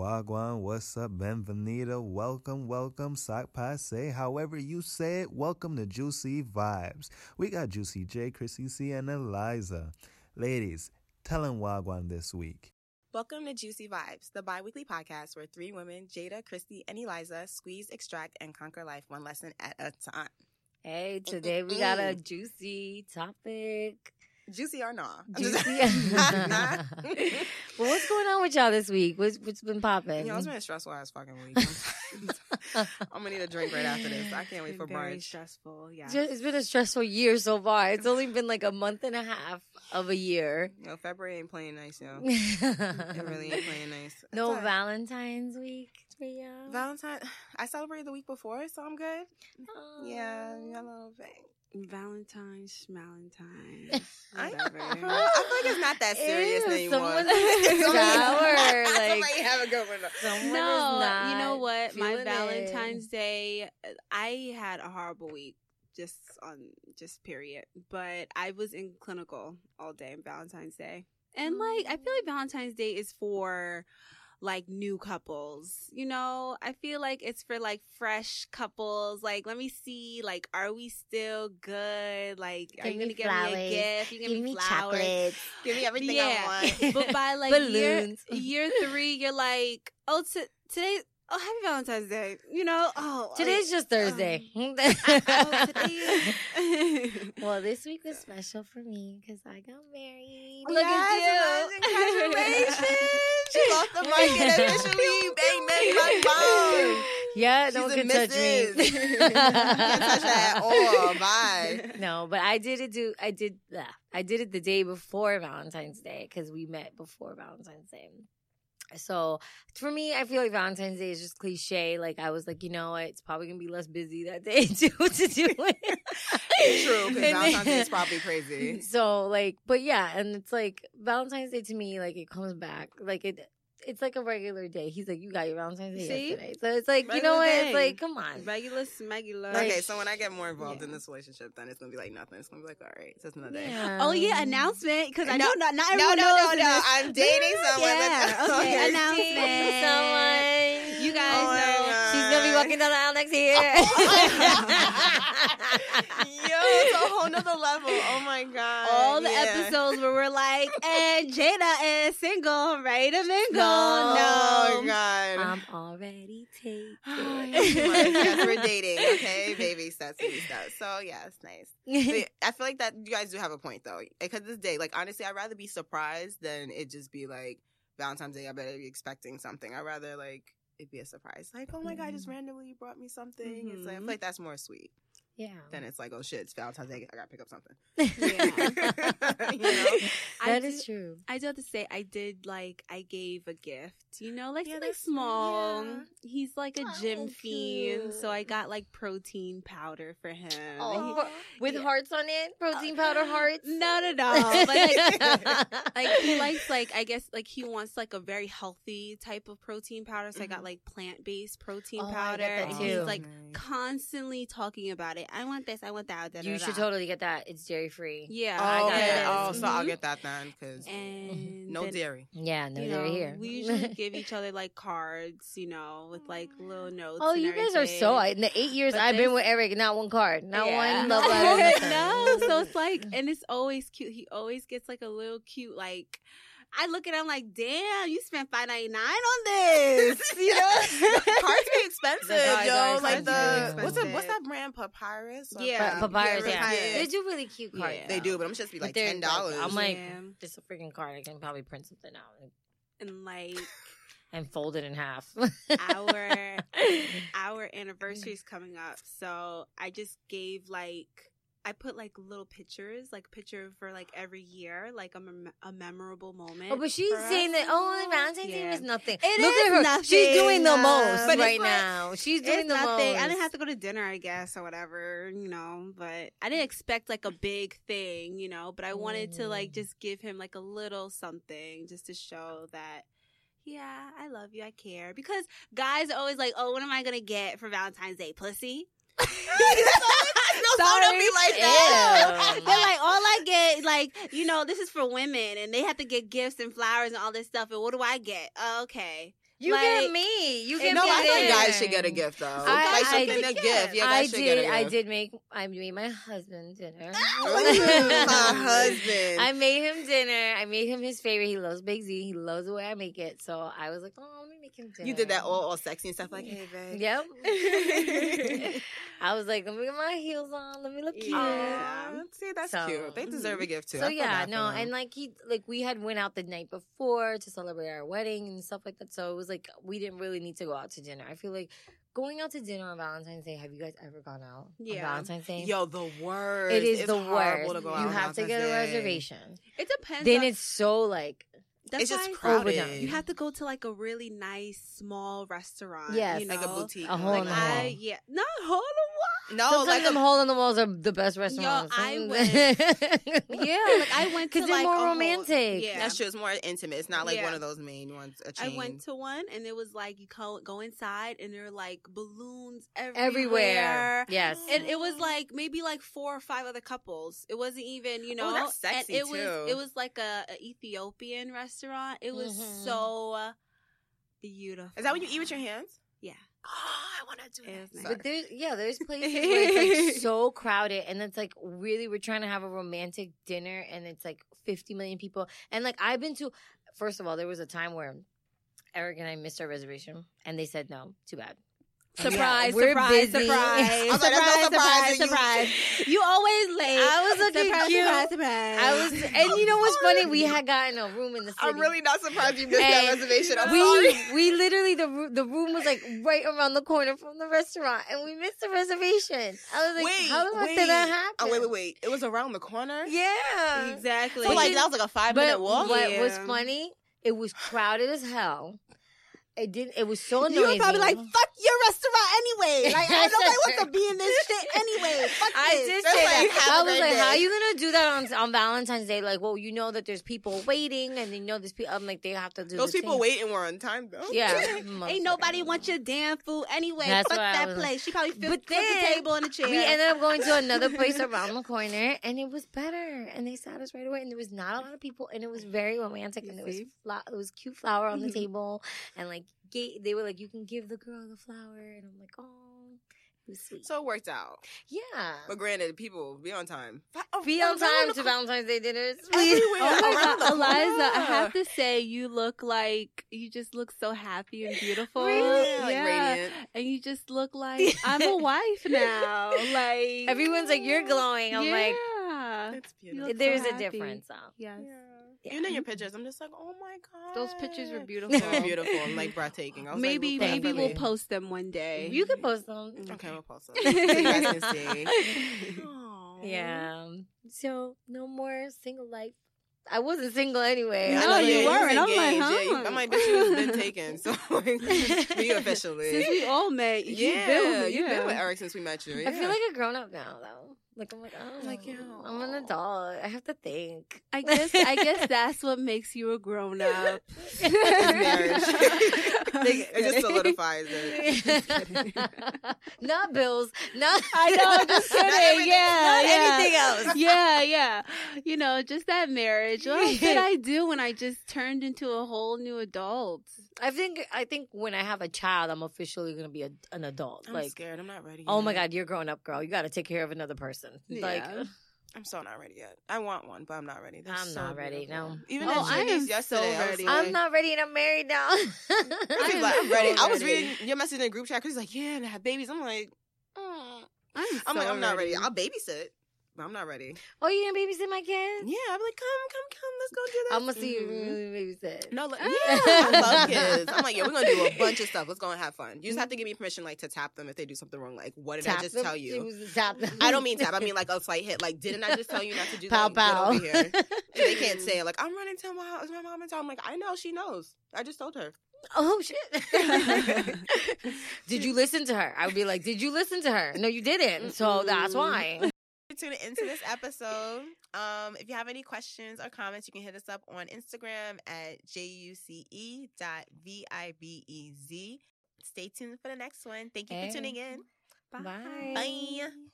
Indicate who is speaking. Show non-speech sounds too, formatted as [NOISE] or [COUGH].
Speaker 1: Wagwan, what's up? Benvenido, welcome, welcome, sock passe, however you say it, welcome to Juicy Vibes. We got Juicy J, Chrissy C, and Eliza. Ladies, telling Wagwan this week.
Speaker 2: Welcome to Juicy Vibes, the bi weekly podcast where three women, Jada, Christy, and Eliza, squeeze, extract, and conquer life one lesson at a time.
Speaker 3: Hey,
Speaker 2: Mm,
Speaker 3: today we got a juicy topic.
Speaker 2: Juicy or not?
Speaker 3: Juicy.
Speaker 2: [LAUGHS]
Speaker 3: [LAUGHS] well, what's going on with y'all this week? What's what's been popping?
Speaker 2: You know, it's
Speaker 3: [LAUGHS]
Speaker 2: been a stressful ass fucking week. [LAUGHS] I'm, I'm gonna need a drink right after this. I can't wait for
Speaker 4: very
Speaker 2: brunch.
Speaker 4: stressful. Yeah.
Speaker 3: It's just- it's been a stressful year so far. It's only been like a month and a half of a year.
Speaker 2: No, February ain't playing nice,
Speaker 3: [LAUGHS]
Speaker 2: yo. Oh, It
Speaker 3: it
Speaker 2: really ain't playing nice. It's
Speaker 3: No
Speaker 2: all right.
Speaker 3: Valentine's week for y'all.
Speaker 2: Valentine. I celebrated the week before, so I'm good. Yeah,
Speaker 3: [LAUGHS] Aw.
Speaker 2: a little bit.
Speaker 4: Valentine's, Valentine's.
Speaker 2: [LAUGHS] I-
Speaker 4: Whatever.
Speaker 2: For real, I feel like it's not that serious
Speaker 3: Ew,
Speaker 2: anymore. [LAUGHS]
Speaker 3: [LAUGHS] someone's in the shower,
Speaker 2: Somebody
Speaker 3: like-
Speaker 2: have a good one. though.
Speaker 3: Someone is
Speaker 4: no,
Speaker 3: not
Speaker 4: you know what? My
Speaker 3: feeling it.
Speaker 4: Valentine's Day, uh, I had a horrible week just on just period. But I was in clinical all day on Valentine's Day. And like I feel like
Speaker 3: Mm.
Speaker 4: Valentine's Day is for like new couples. You know, I feel like it's for like fresh couples. Like let me see like are we still good? Like are
Speaker 3: Give
Speaker 4: you
Speaker 3: me
Speaker 4: going to give
Speaker 3: flowers.
Speaker 4: me a gift? You
Speaker 3: Give,
Speaker 4: gonna
Speaker 3: me
Speaker 4: flowers?
Speaker 3: chocolate.
Speaker 2: Give me everything I want.
Speaker 3: [LAUGHS]
Speaker 4: But by like
Speaker 3: Balloons.
Speaker 4: year year three, you're like, oh, t- today, oh, happy Valentine's Day. You know, oh,
Speaker 3: Today's just Thursday.
Speaker 2: um,
Speaker 3: [LAUGHS]
Speaker 4: like,
Speaker 2: [LAUGHS]
Speaker 4: oh, today is- [LAUGHS]
Speaker 3: Well, this week was special for me because I got married.
Speaker 4: Look at
Speaker 2: Yes,
Speaker 4: you. [LAUGHS]
Speaker 2: Congratulations. She lost the market officially. Bang, bang,
Speaker 4: [LAUGHS]
Speaker 2: bang, [LAUGHS] bang.
Speaker 3: Yeah,
Speaker 2: She's
Speaker 3: no one
Speaker 2: a
Speaker 3: can touch me.
Speaker 2: missus. [LAUGHS] Can't touch her at all. Bye.
Speaker 3: [LAUGHS] No, but I did it. Do I did? Blah, I did it the day before Valentine's Day because we met before Valentine's Day. So for me, I feel like Valentine's Day is just cliche. Like I was like, you know, what? it's probably gonna be less busy that day [LAUGHS] too to do it.
Speaker 2: True, because
Speaker 3: And then-
Speaker 2: Valentine's Day is probably
Speaker 4: [LAUGHS]
Speaker 2: crazy.
Speaker 3: So like, but yeah, and it's like Valentine's Day to me, like it comes back, like it. It's like a regular day. He's like, you got your Valentine's Day
Speaker 4: See?
Speaker 3: yesterday, so it's like, you know what?
Speaker 4: Regular day.
Speaker 3: It's like, come on,
Speaker 4: Regular smegular.
Speaker 2: Okay, so when I get more involved
Speaker 3: Yeah.
Speaker 2: in this relationship, then it's gonna be like nothing. It's gonna be like, all right, it's just another day.
Speaker 3: Yeah.
Speaker 4: Oh yeah, announcement because I know not not
Speaker 2: Um, No, no, no,
Speaker 4: everyone
Speaker 2: no.
Speaker 4: knows this.
Speaker 2: I'm
Speaker 4: [LAUGHS]
Speaker 2: dating someone.
Speaker 4: Yeah,
Speaker 2: Let's-
Speaker 4: okay,
Speaker 3: Dating
Speaker 4: announcement.
Speaker 3: Someone,
Speaker 4: You
Speaker 2: [LAUGHS] Oh my
Speaker 4: [LAUGHS] guys know
Speaker 2: God.
Speaker 3: she's gonna be walking down the aisle next [LAUGHS] year.
Speaker 2: [LAUGHS] Yo, it's a whole nother level. Oh my god.
Speaker 4: all the
Speaker 2: Yeah.
Speaker 4: episodes where we're like, and Jada is single, ready to
Speaker 3: No.
Speaker 4: mingle.
Speaker 2: Oh
Speaker 4: No,
Speaker 2: my god. [LAUGHS]
Speaker 4: Um,
Speaker 3: I'm already taken.
Speaker 4: [LAUGHS]
Speaker 2: yes, we're dating, okay? Baby steps, baby steps. So yeah, it's
Speaker 4: [LAUGHS]
Speaker 2: nice. But I feel like that you guys do have a point though, because this day, like honestly, I'd rather be surprised than it just be like Valentine's Day. I better be expecting something. I'd rather like it be a surprise, like oh my god,
Speaker 4: Mm-hmm.
Speaker 2: just randomly you brought me something. It's like I feel
Speaker 4: Mhm.
Speaker 2: like that's more sweet
Speaker 3: yeah.
Speaker 2: than it's like oh shit, it's Valentine's Day. I gotta pick up something.
Speaker 3: [LAUGHS] Yeah.
Speaker 2: [LAUGHS] You know?
Speaker 4: [LAUGHS] I
Speaker 3: That
Speaker 4: do-
Speaker 3: is true.
Speaker 4: I do have to say, I did like I gave a gift, you know, like
Speaker 2: Yeah,
Speaker 4: something
Speaker 2: that's-
Speaker 4: small.
Speaker 2: yeah.
Speaker 4: He's like a
Speaker 2: Oh,
Speaker 4: gym fiend, so I
Speaker 2: cute.
Speaker 4: got like protein powder for him. and
Speaker 3: Oh,
Speaker 4: he-
Speaker 3: for- with
Speaker 4: Yeah.
Speaker 3: hearts on it, protein powder hearts.
Speaker 4: Not at all, but like,
Speaker 3: [LAUGHS]
Speaker 4: like he
Speaker 2: [LAUGHS]
Speaker 4: likes like I guess like he wants like a very healthy type of protein powder. So I
Speaker 2: Mm-hmm.
Speaker 4: got like plant based protein
Speaker 3: Oh, I
Speaker 4: powder,
Speaker 3: get that
Speaker 4: and
Speaker 3: too.
Speaker 4: he's like
Speaker 2: Nice.
Speaker 4: constantly talking about it. I want this. I want that. da, da,
Speaker 3: You
Speaker 4: da,
Speaker 3: should
Speaker 4: da.
Speaker 3: totally get that. It's dairy free.
Speaker 4: Yeah,
Speaker 2: Oh,
Speaker 3: I got
Speaker 2: okay.
Speaker 3: it.
Speaker 2: Oh, so I'll
Speaker 4: Mhm.
Speaker 2: get that then, because
Speaker 4: And
Speaker 2: no
Speaker 4: then-
Speaker 2: dairy.
Speaker 3: Yeah, no,
Speaker 4: you
Speaker 3: they're
Speaker 4: know,
Speaker 3: here. [LAUGHS]
Speaker 4: We usually give each other like cards, you know, with like little notes.
Speaker 3: Oh,
Speaker 4: and
Speaker 3: you guys are so.
Speaker 4: everything.
Speaker 3: In the eight years
Speaker 4: But
Speaker 3: I've been
Speaker 4: this-
Speaker 3: with Eric, not one card, not
Speaker 4: Yeah. [LAUGHS]
Speaker 3: one love letter. [LAUGHS] nothing.
Speaker 4: no, so it's like, and it's always cute. He always gets like a little cute, like. I look at him like, damn, you spent five ninety nine on this. [LAUGHS]
Speaker 3: [LAUGHS]
Speaker 4: You know,
Speaker 2: Cards be expensive,
Speaker 3: Cards
Speaker 2: yo.
Speaker 3: are
Speaker 2: Like the what's
Speaker 3: expensive.
Speaker 2: the
Speaker 4: Expensive.
Speaker 2: what's that brand Papyrus? or
Speaker 4: Yeah.
Speaker 3: But papayas,
Speaker 2: Yeah,
Speaker 3: yeah.
Speaker 2: papayas.
Speaker 3: They do really cute cards.
Speaker 4: Yeah.
Speaker 2: They
Speaker 3: though.
Speaker 2: do, but I'm just be
Speaker 3: But
Speaker 2: like
Speaker 3: they're,
Speaker 2: ten dollars.
Speaker 3: I'm
Speaker 2: [LAUGHS]
Speaker 3: like,
Speaker 4: Yeah.
Speaker 3: just a freaking card. I can probably print something out and,
Speaker 4: and like
Speaker 3: and fold it in half.
Speaker 4: our our anniversary is coming up, so I just gave like I put like little pictures, like picture for like every year, like a, mem- a memorable
Speaker 3: [LAUGHS]
Speaker 4: moment.
Speaker 3: Oh, but she's
Speaker 4: for
Speaker 3: saying
Speaker 4: us.
Speaker 3: that oh, Valentine's Day
Speaker 4: Yeah.
Speaker 3: was nothing.
Speaker 4: It
Speaker 3: Look
Speaker 4: is
Speaker 3: at her. She's
Speaker 4: nothing,
Speaker 3: doing the
Speaker 4: uh,
Speaker 3: most
Speaker 2: but it's
Speaker 3: right
Speaker 2: like-
Speaker 3: now. She's doing
Speaker 4: it's
Speaker 3: the
Speaker 4: nothing.
Speaker 3: most. [LAUGHS]
Speaker 4: I didn't have to go to dinner, I guess, or whatever, you know. But I didn't expect like a big thing, you know. But I wanted to like
Speaker 3: Mm.
Speaker 4: just give him like a little something, just to show that, yeah, I love you, I care. Because guys are always like, oh, what am I gonna get for Valentine's Day, pussy?
Speaker 2: no, don't be like that.
Speaker 3: Ew.
Speaker 4: They're like, all I get, like, you know, this is for women, and they have to get gifts and flowers and all this stuff. And what do I get? Oh, okay.
Speaker 3: You
Speaker 4: Like-
Speaker 3: get me. You get
Speaker 2: No,
Speaker 3: me.
Speaker 2: I
Speaker 3: there.
Speaker 2: think guys should get a gift though.
Speaker 3: I-
Speaker 2: like
Speaker 3: I
Speaker 2: something a
Speaker 4: did-
Speaker 2: gift. Yeah,
Speaker 3: I
Speaker 2: guys should
Speaker 3: did.
Speaker 2: get a gift.
Speaker 3: I did make. I made my
Speaker 2: [LAUGHS]
Speaker 3: husband dinner.
Speaker 2: Ooh, [LAUGHS]
Speaker 3: [LAUGHS]
Speaker 4: [LAUGHS]
Speaker 2: my husband.
Speaker 3: I made him dinner. I made him his favorite. He loves Big Z. He loves the way I make it. So I was like, oh, let me make him dinner.
Speaker 2: you did that all, all sexy and stuff like, hey, babe. [LAUGHS]
Speaker 3: Yep. [LAUGHS]
Speaker 2: Yeah.
Speaker 3: I was like, let me get my heels on. Let me look cute.
Speaker 2: Aw, See, that's
Speaker 3: So- mm-hmm.
Speaker 2: cute. They deserve a gift too.
Speaker 3: So
Speaker 2: I feel
Speaker 3: yeah,
Speaker 2: bad for
Speaker 3: no,
Speaker 2: them.
Speaker 3: and like he, like we had went out the night before to celebrate our wedding and stuff like that. So it was like we didn't really need to go out to dinner. I feel like going out to dinner on Valentine's Day. Have you guys ever gone out
Speaker 4: Yeah.
Speaker 3: on Valentine's Day?
Speaker 2: yo, the worst.
Speaker 3: it is
Speaker 2: It's
Speaker 3: the
Speaker 2: horrible
Speaker 3: worst.
Speaker 2: To go
Speaker 3: you
Speaker 2: out
Speaker 3: have to
Speaker 2: on
Speaker 3: get a
Speaker 2: Valentine's Day.
Speaker 3: reservation.
Speaker 4: It depends.
Speaker 3: then
Speaker 4: on-
Speaker 3: it's so like
Speaker 4: that's
Speaker 2: it's just
Speaker 4: why
Speaker 2: crowded.
Speaker 3: overdone.
Speaker 4: You have to go to like a really nice small restaurant.
Speaker 3: Yes.
Speaker 4: you know?
Speaker 2: like a boutique.
Speaker 3: A hole
Speaker 2: like,
Speaker 3: in the
Speaker 2: I-
Speaker 4: I yeah, not hole
Speaker 2: No,
Speaker 3: sometimes
Speaker 2: Oh, like
Speaker 3: them
Speaker 2: a,
Speaker 3: hole in the walls are the best restaurants.
Speaker 4: I
Speaker 3: [LAUGHS]
Speaker 4: went-
Speaker 3: went.
Speaker 4: Yeah, like I
Speaker 3: [LAUGHS]
Speaker 4: went to
Speaker 3: because they're
Speaker 4: like
Speaker 3: more
Speaker 4: a whole-
Speaker 3: romantic.
Speaker 4: yeah.
Speaker 2: that's true. It's more intimate. It's not like
Speaker 4: Yeah.
Speaker 2: one of those main ones. A
Speaker 4: I
Speaker 2: chain.
Speaker 4: went to one and it was like you go, go inside and there are like balloons everywhere.
Speaker 3: everywhere. Yes.
Speaker 4: And it was like maybe like four or five other couples. It wasn't even, you know,
Speaker 2: Oh, that's sexy,
Speaker 4: and it
Speaker 2: too.
Speaker 4: was it was like a, a Ethiopian restaurant. It was
Speaker 3: Mhm.
Speaker 4: so beautiful.
Speaker 2: Is that when you eat with your hands?
Speaker 4: Yeah.
Speaker 2: Oh, [GASPS] I want to do
Speaker 4: It was
Speaker 2: that.
Speaker 4: nice.
Speaker 2: Sorry.
Speaker 3: But there's yeah, there's places where it's
Speaker 4: [LAUGHS]
Speaker 3: like so crowded, and it's like really we're trying to have a romantic dinner, and it's like 50 million people, and like I've been to. First of all, there was a time where Eric and I missed our reservation, and they said no, too bad.
Speaker 4: Surprise,
Speaker 3: we're
Speaker 4: surprise,
Speaker 2: [LAUGHS]
Speaker 3: busy.
Speaker 4: surprise.
Speaker 2: I was like, that's no surprise that you-
Speaker 4: You always late.
Speaker 3: I was looking
Speaker 4: surprise,
Speaker 3: cute.
Speaker 4: Surprise, surprise.
Speaker 3: I
Speaker 2: [LAUGHS]
Speaker 3: was,
Speaker 4: [LAUGHS]
Speaker 3: and you know what's funny? We had gotten a room in the city.
Speaker 2: [LAUGHS] I'm really not surprised you missed that
Speaker 3: And
Speaker 2: reservation. I'm
Speaker 3: [LAUGHS] we
Speaker 2: sorry. [LAUGHS]
Speaker 3: we literally the roo- the room was like right around the corner from the restaurant, and we missed the reservation. I was like, how the fuck did that happen?
Speaker 2: Oh, wait, wait, wait. It was around the corner?
Speaker 3: Yeah,
Speaker 4: exactly.
Speaker 2: So, like, that was like a five
Speaker 3: But
Speaker 2: minute walk?
Speaker 3: what
Speaker 4: Yeah.
Speaker 3: was funny? It was crowded as hell. It didn't. It was so noisy.
Speaker 4: you were probably like, "Fuck your restaurant
Speaker 3: [LAUGHS]
Speaker 4: anyway." Like, I nobody wants to be in this shit
Speaker 2: [LAUGHS]
Speaker 4: anyway. Fuck
Speaker 3: I
Speaker 4: this.
Speaker 3: did
Speaker 2: That's
Speaker 3: say
Speaker 2: like,
Speaker 3: that.
Speaker 2: have a
Speaker 3: I was
Speaker 2: great
Speaker 3: like,
Speaker 2: day.
Speaker 3: "How are you gonna do
Speaker 2: [LAUGHS]
Speaker 3: that on on Valentine's Day? Like, well, you know that there's people waiting, and you know there's people. I'm like, they have to do
Speaker 2: Those
Speaker 3: the
Speaker 2: people
Speaker 3: same.
Speaker 2: waiting were on time, though.
Speaker 3: Yeah,
Speaker 4: Ain't nobody want your damn food anyway.
Speaker 3: That's
Speaker 4: Fuck
Speaker 3: what I
Speaker 4: that
Speaker 3: was-
Speaker 4: place. She probably flipped
Speaker 3: But
Speaker 4: flipped the
Speaker 3: then,
Speaker 4: table and the chair.
Speaker 3: We ended up going to another place around the corner, and it was better. And they sat us right away, and there was not a lot of people, and it was very romantic,
Speaker 4: You
Speaker 3: and there was
Speaker 4: see?
Speaker 3: fla- it was cute flower on the table, and like ga- they were like, you can give the girl the flower, and I'm like, oh, it was
Speaker 2: [LAUGHS]
Speaker 3: sweet.
Speaker 2: So it worked out.
Speaker 3: yeah, [LAUGHS]
Speaker 2: But granted, people, be on time.
Speaker 3: be on time to Valentine's Day dinners. please.
Speaker 2: Everywhere.
Speaker 4: Oh my
Speaker 2: around
Speaker 4: God,
Speaker 2: the
Speaker 4: Eliza, I
Speaker 2: corner. [LAUGHS]
Speaker 4: have to say, you look like you just look so happy and beautiful.
Speaker 3: Really?
Speaker 2: Yeah, like radiant.
Speaker 4: and you
Speaker 2: [LAUGHS]
Speaker 4: just look like I'm a wife now. Like
Speaker 3: Everyone's like, you're glowing. I'm
Speaker 4: yeah.
Speaker 2: It's
Speaker 4: look
Speaker 2: beautiful.
Speaker 3: like, there's
Speaker 4: so
Speaker 3: a
Speaker 4: happy.
Speaker 3: difference. um, though.
Speaker 4: yes.
Speaker 2: Yeah. You know
Speaker 3: [LAUGHS]
Speaker 2: your pictures. I'm just like, oh my god.
Speaker 4: Those pictures
Speaker 2: [LAUGHS]
Speaker 4: were beautiful.
Speaker 2: They were beautiful and like breathtaking. I was like,
Speaker 4: maybe
Speaker 2: look,
Speaker 4: maybe we'll
Speaker 2: really-
Speaker 4: post them one day.
Speaker 3: You can post them. [LAUGHS]
Speaker 2: Okay, [LAUGHS] we'll post them. so you guys can see.
Speaker 4: [LAUGHS]
Speaker 3: Mm-hmm.
Speaker 2: Aw.
Speaker 3: Yeah. So no more single life. I wasn't single anyway.
Speaker 4: No,
Speaker 3: I
Speaker 2: I
Speaker 3: was
Speaker 2: know,
Speaker 4: you
Speaker 2: yeah, was
Speaker 3: like-
Speaker 4: weren't. I'm like,
Speaker 2: engaged. Yeah, you-
Speaker 4: huh?
Speaker 2: I'm like, bitch, you've been
Speaker 4: [LAUGHS]
Speaker 2: taken. So like, me officially.
Speaker 4: Since we all met, you
Speaker 2: yeah,
Speaker 4: been with,
Speaker 2: you've
Speaker 4: yeah.
Speaker 2: been with Eric since we met you.
Speaker 3: I
Speaker 2: yeah.
Speaker 3: feel like a grown up now though. Like I'm like, oh,
Speaker 2: Like, yeah.
Speaker 3: I'm an adult. I have to think.
Speaker 4: I guess
Speaker 3: [LAUGHS]
Speaker 4: I guess that's what makes you a
Speaker 2: [LAUGHS]
Speaker 4: grown up. [LAUGHS]
Speaker 2: marriage. [LAUGHS] it just solidifies it.
Speaker 3: [LAUGHS] not bills. Not
Speaker 4: I know, I'm just
Speaker 2: [LAUGHS]
Speaker 3: Not
Speaker 4: kidding.
Speaker 3: everything-
Speaker 2: Uh,
Speaker 4: yeah,
Speaker 3: not
Speaker 4: yeah.
Speaker 3: anything else.
Speaker 4: Yeah, yeah. You know, just that marriage. What did I do when I just turned into a whole new adult?
Speaker 3: I think I think when I have a child, I'm officially gonna be a, an adult.
Speaker 2: I'm
Speaker 3: like,
Speaker 2: scared. I'm not ready.
Speaker 3: oh
Speaker 2: yet.
Speaker 3: my god, you're grown up, girl. You got to take care of another person. Like,
Speaker 4: Yeah.
Speaker 2: I'm so not ready yet. I want one, but I'm not ready. They're
Speaker 3: I'm
Speaker 2: so
Speaker 3: not ready,
Speaker 2: beautiful.
Speaker 3: no.
Speaker 2: Even
Speaker 4: Oh,
Speaker 2: at
Speaker 4: I am
Speaker 2: Judy's
Speaker 4: so
Speaker 2: yesterday, I was
Speaker 4: ready.
Speaker 2: like-
Speaker 3: I'm not ready, and I'm married now. [LAUGHS]
Speaker 2: He's
Speaker 4: am
Speaker 2: like, I'm
Speaker 4: so
Speaker 2: ready. I was
Speaker 4: ready.
Speaker 2: reading your message in the group chat because he's like, yeah, and I have babies. I'm like, mm.
Speaker 4: I'm,
Speaker 2: I'm
Speaker 4: so
Speaker 2: like, I'm not ready. I'll babysit, but I'm not ready.
Speaker 3: oh, you gonna babysit my kids?
Speaker 2: Yeah, I'm like, come, come, come, let's go do this.
Speaker 3: I'm gonna see you
Speaker 2: Mhm.
Speaker 3: really babysit.
Speaker 2: No,
Speaker 4: [LAUGHS]
Speaker 2: like, yeah,
Speaker 4: Ah.
Speaker 3: [LAUGHS]
Speaker 2: I love kids. I'm like, yeah, we're gonna do a bunch of stuff. Let's go and have fun. You just have to give me permission, like, to tap them if they do something wrong. Like, what did I
Speaker 3: Tap
Speaker 2: just
Speaker 3: them. Mm-hmm.
Speaker 2: tell you?
Speaker 3: It was tap them.
Speaker 2: I don't mean tap. I mean like a slight hit. Like, didn't I just tell you not to do
Speaker 3: pow
Speaker 2: that? Get
Speaker 3: pow.
Speaker 2: over here. And they can't [LAUGHS] say it. Like, I'm running to my house, my mom and town. I'm like, I know she knows. I just told her.
Speaker 3: [LAUGHS]
Speaker 2: [LAUGHS]
Speaker 3: oh shit! did you listen to her? I would be like, did you listen to her? No, you didn't. So that's why.
Speaker 2: tuning into this episode. Um, if you have any questions or comments, you can hit us up on Instagram at juce E dot E v-i-b-e-z. Stay tuned for the next one. Thank you
Speaker 3: Hey.
Speaker 2: for tuning in.
Speaker 3: Bye.
Speaker 2: Bye.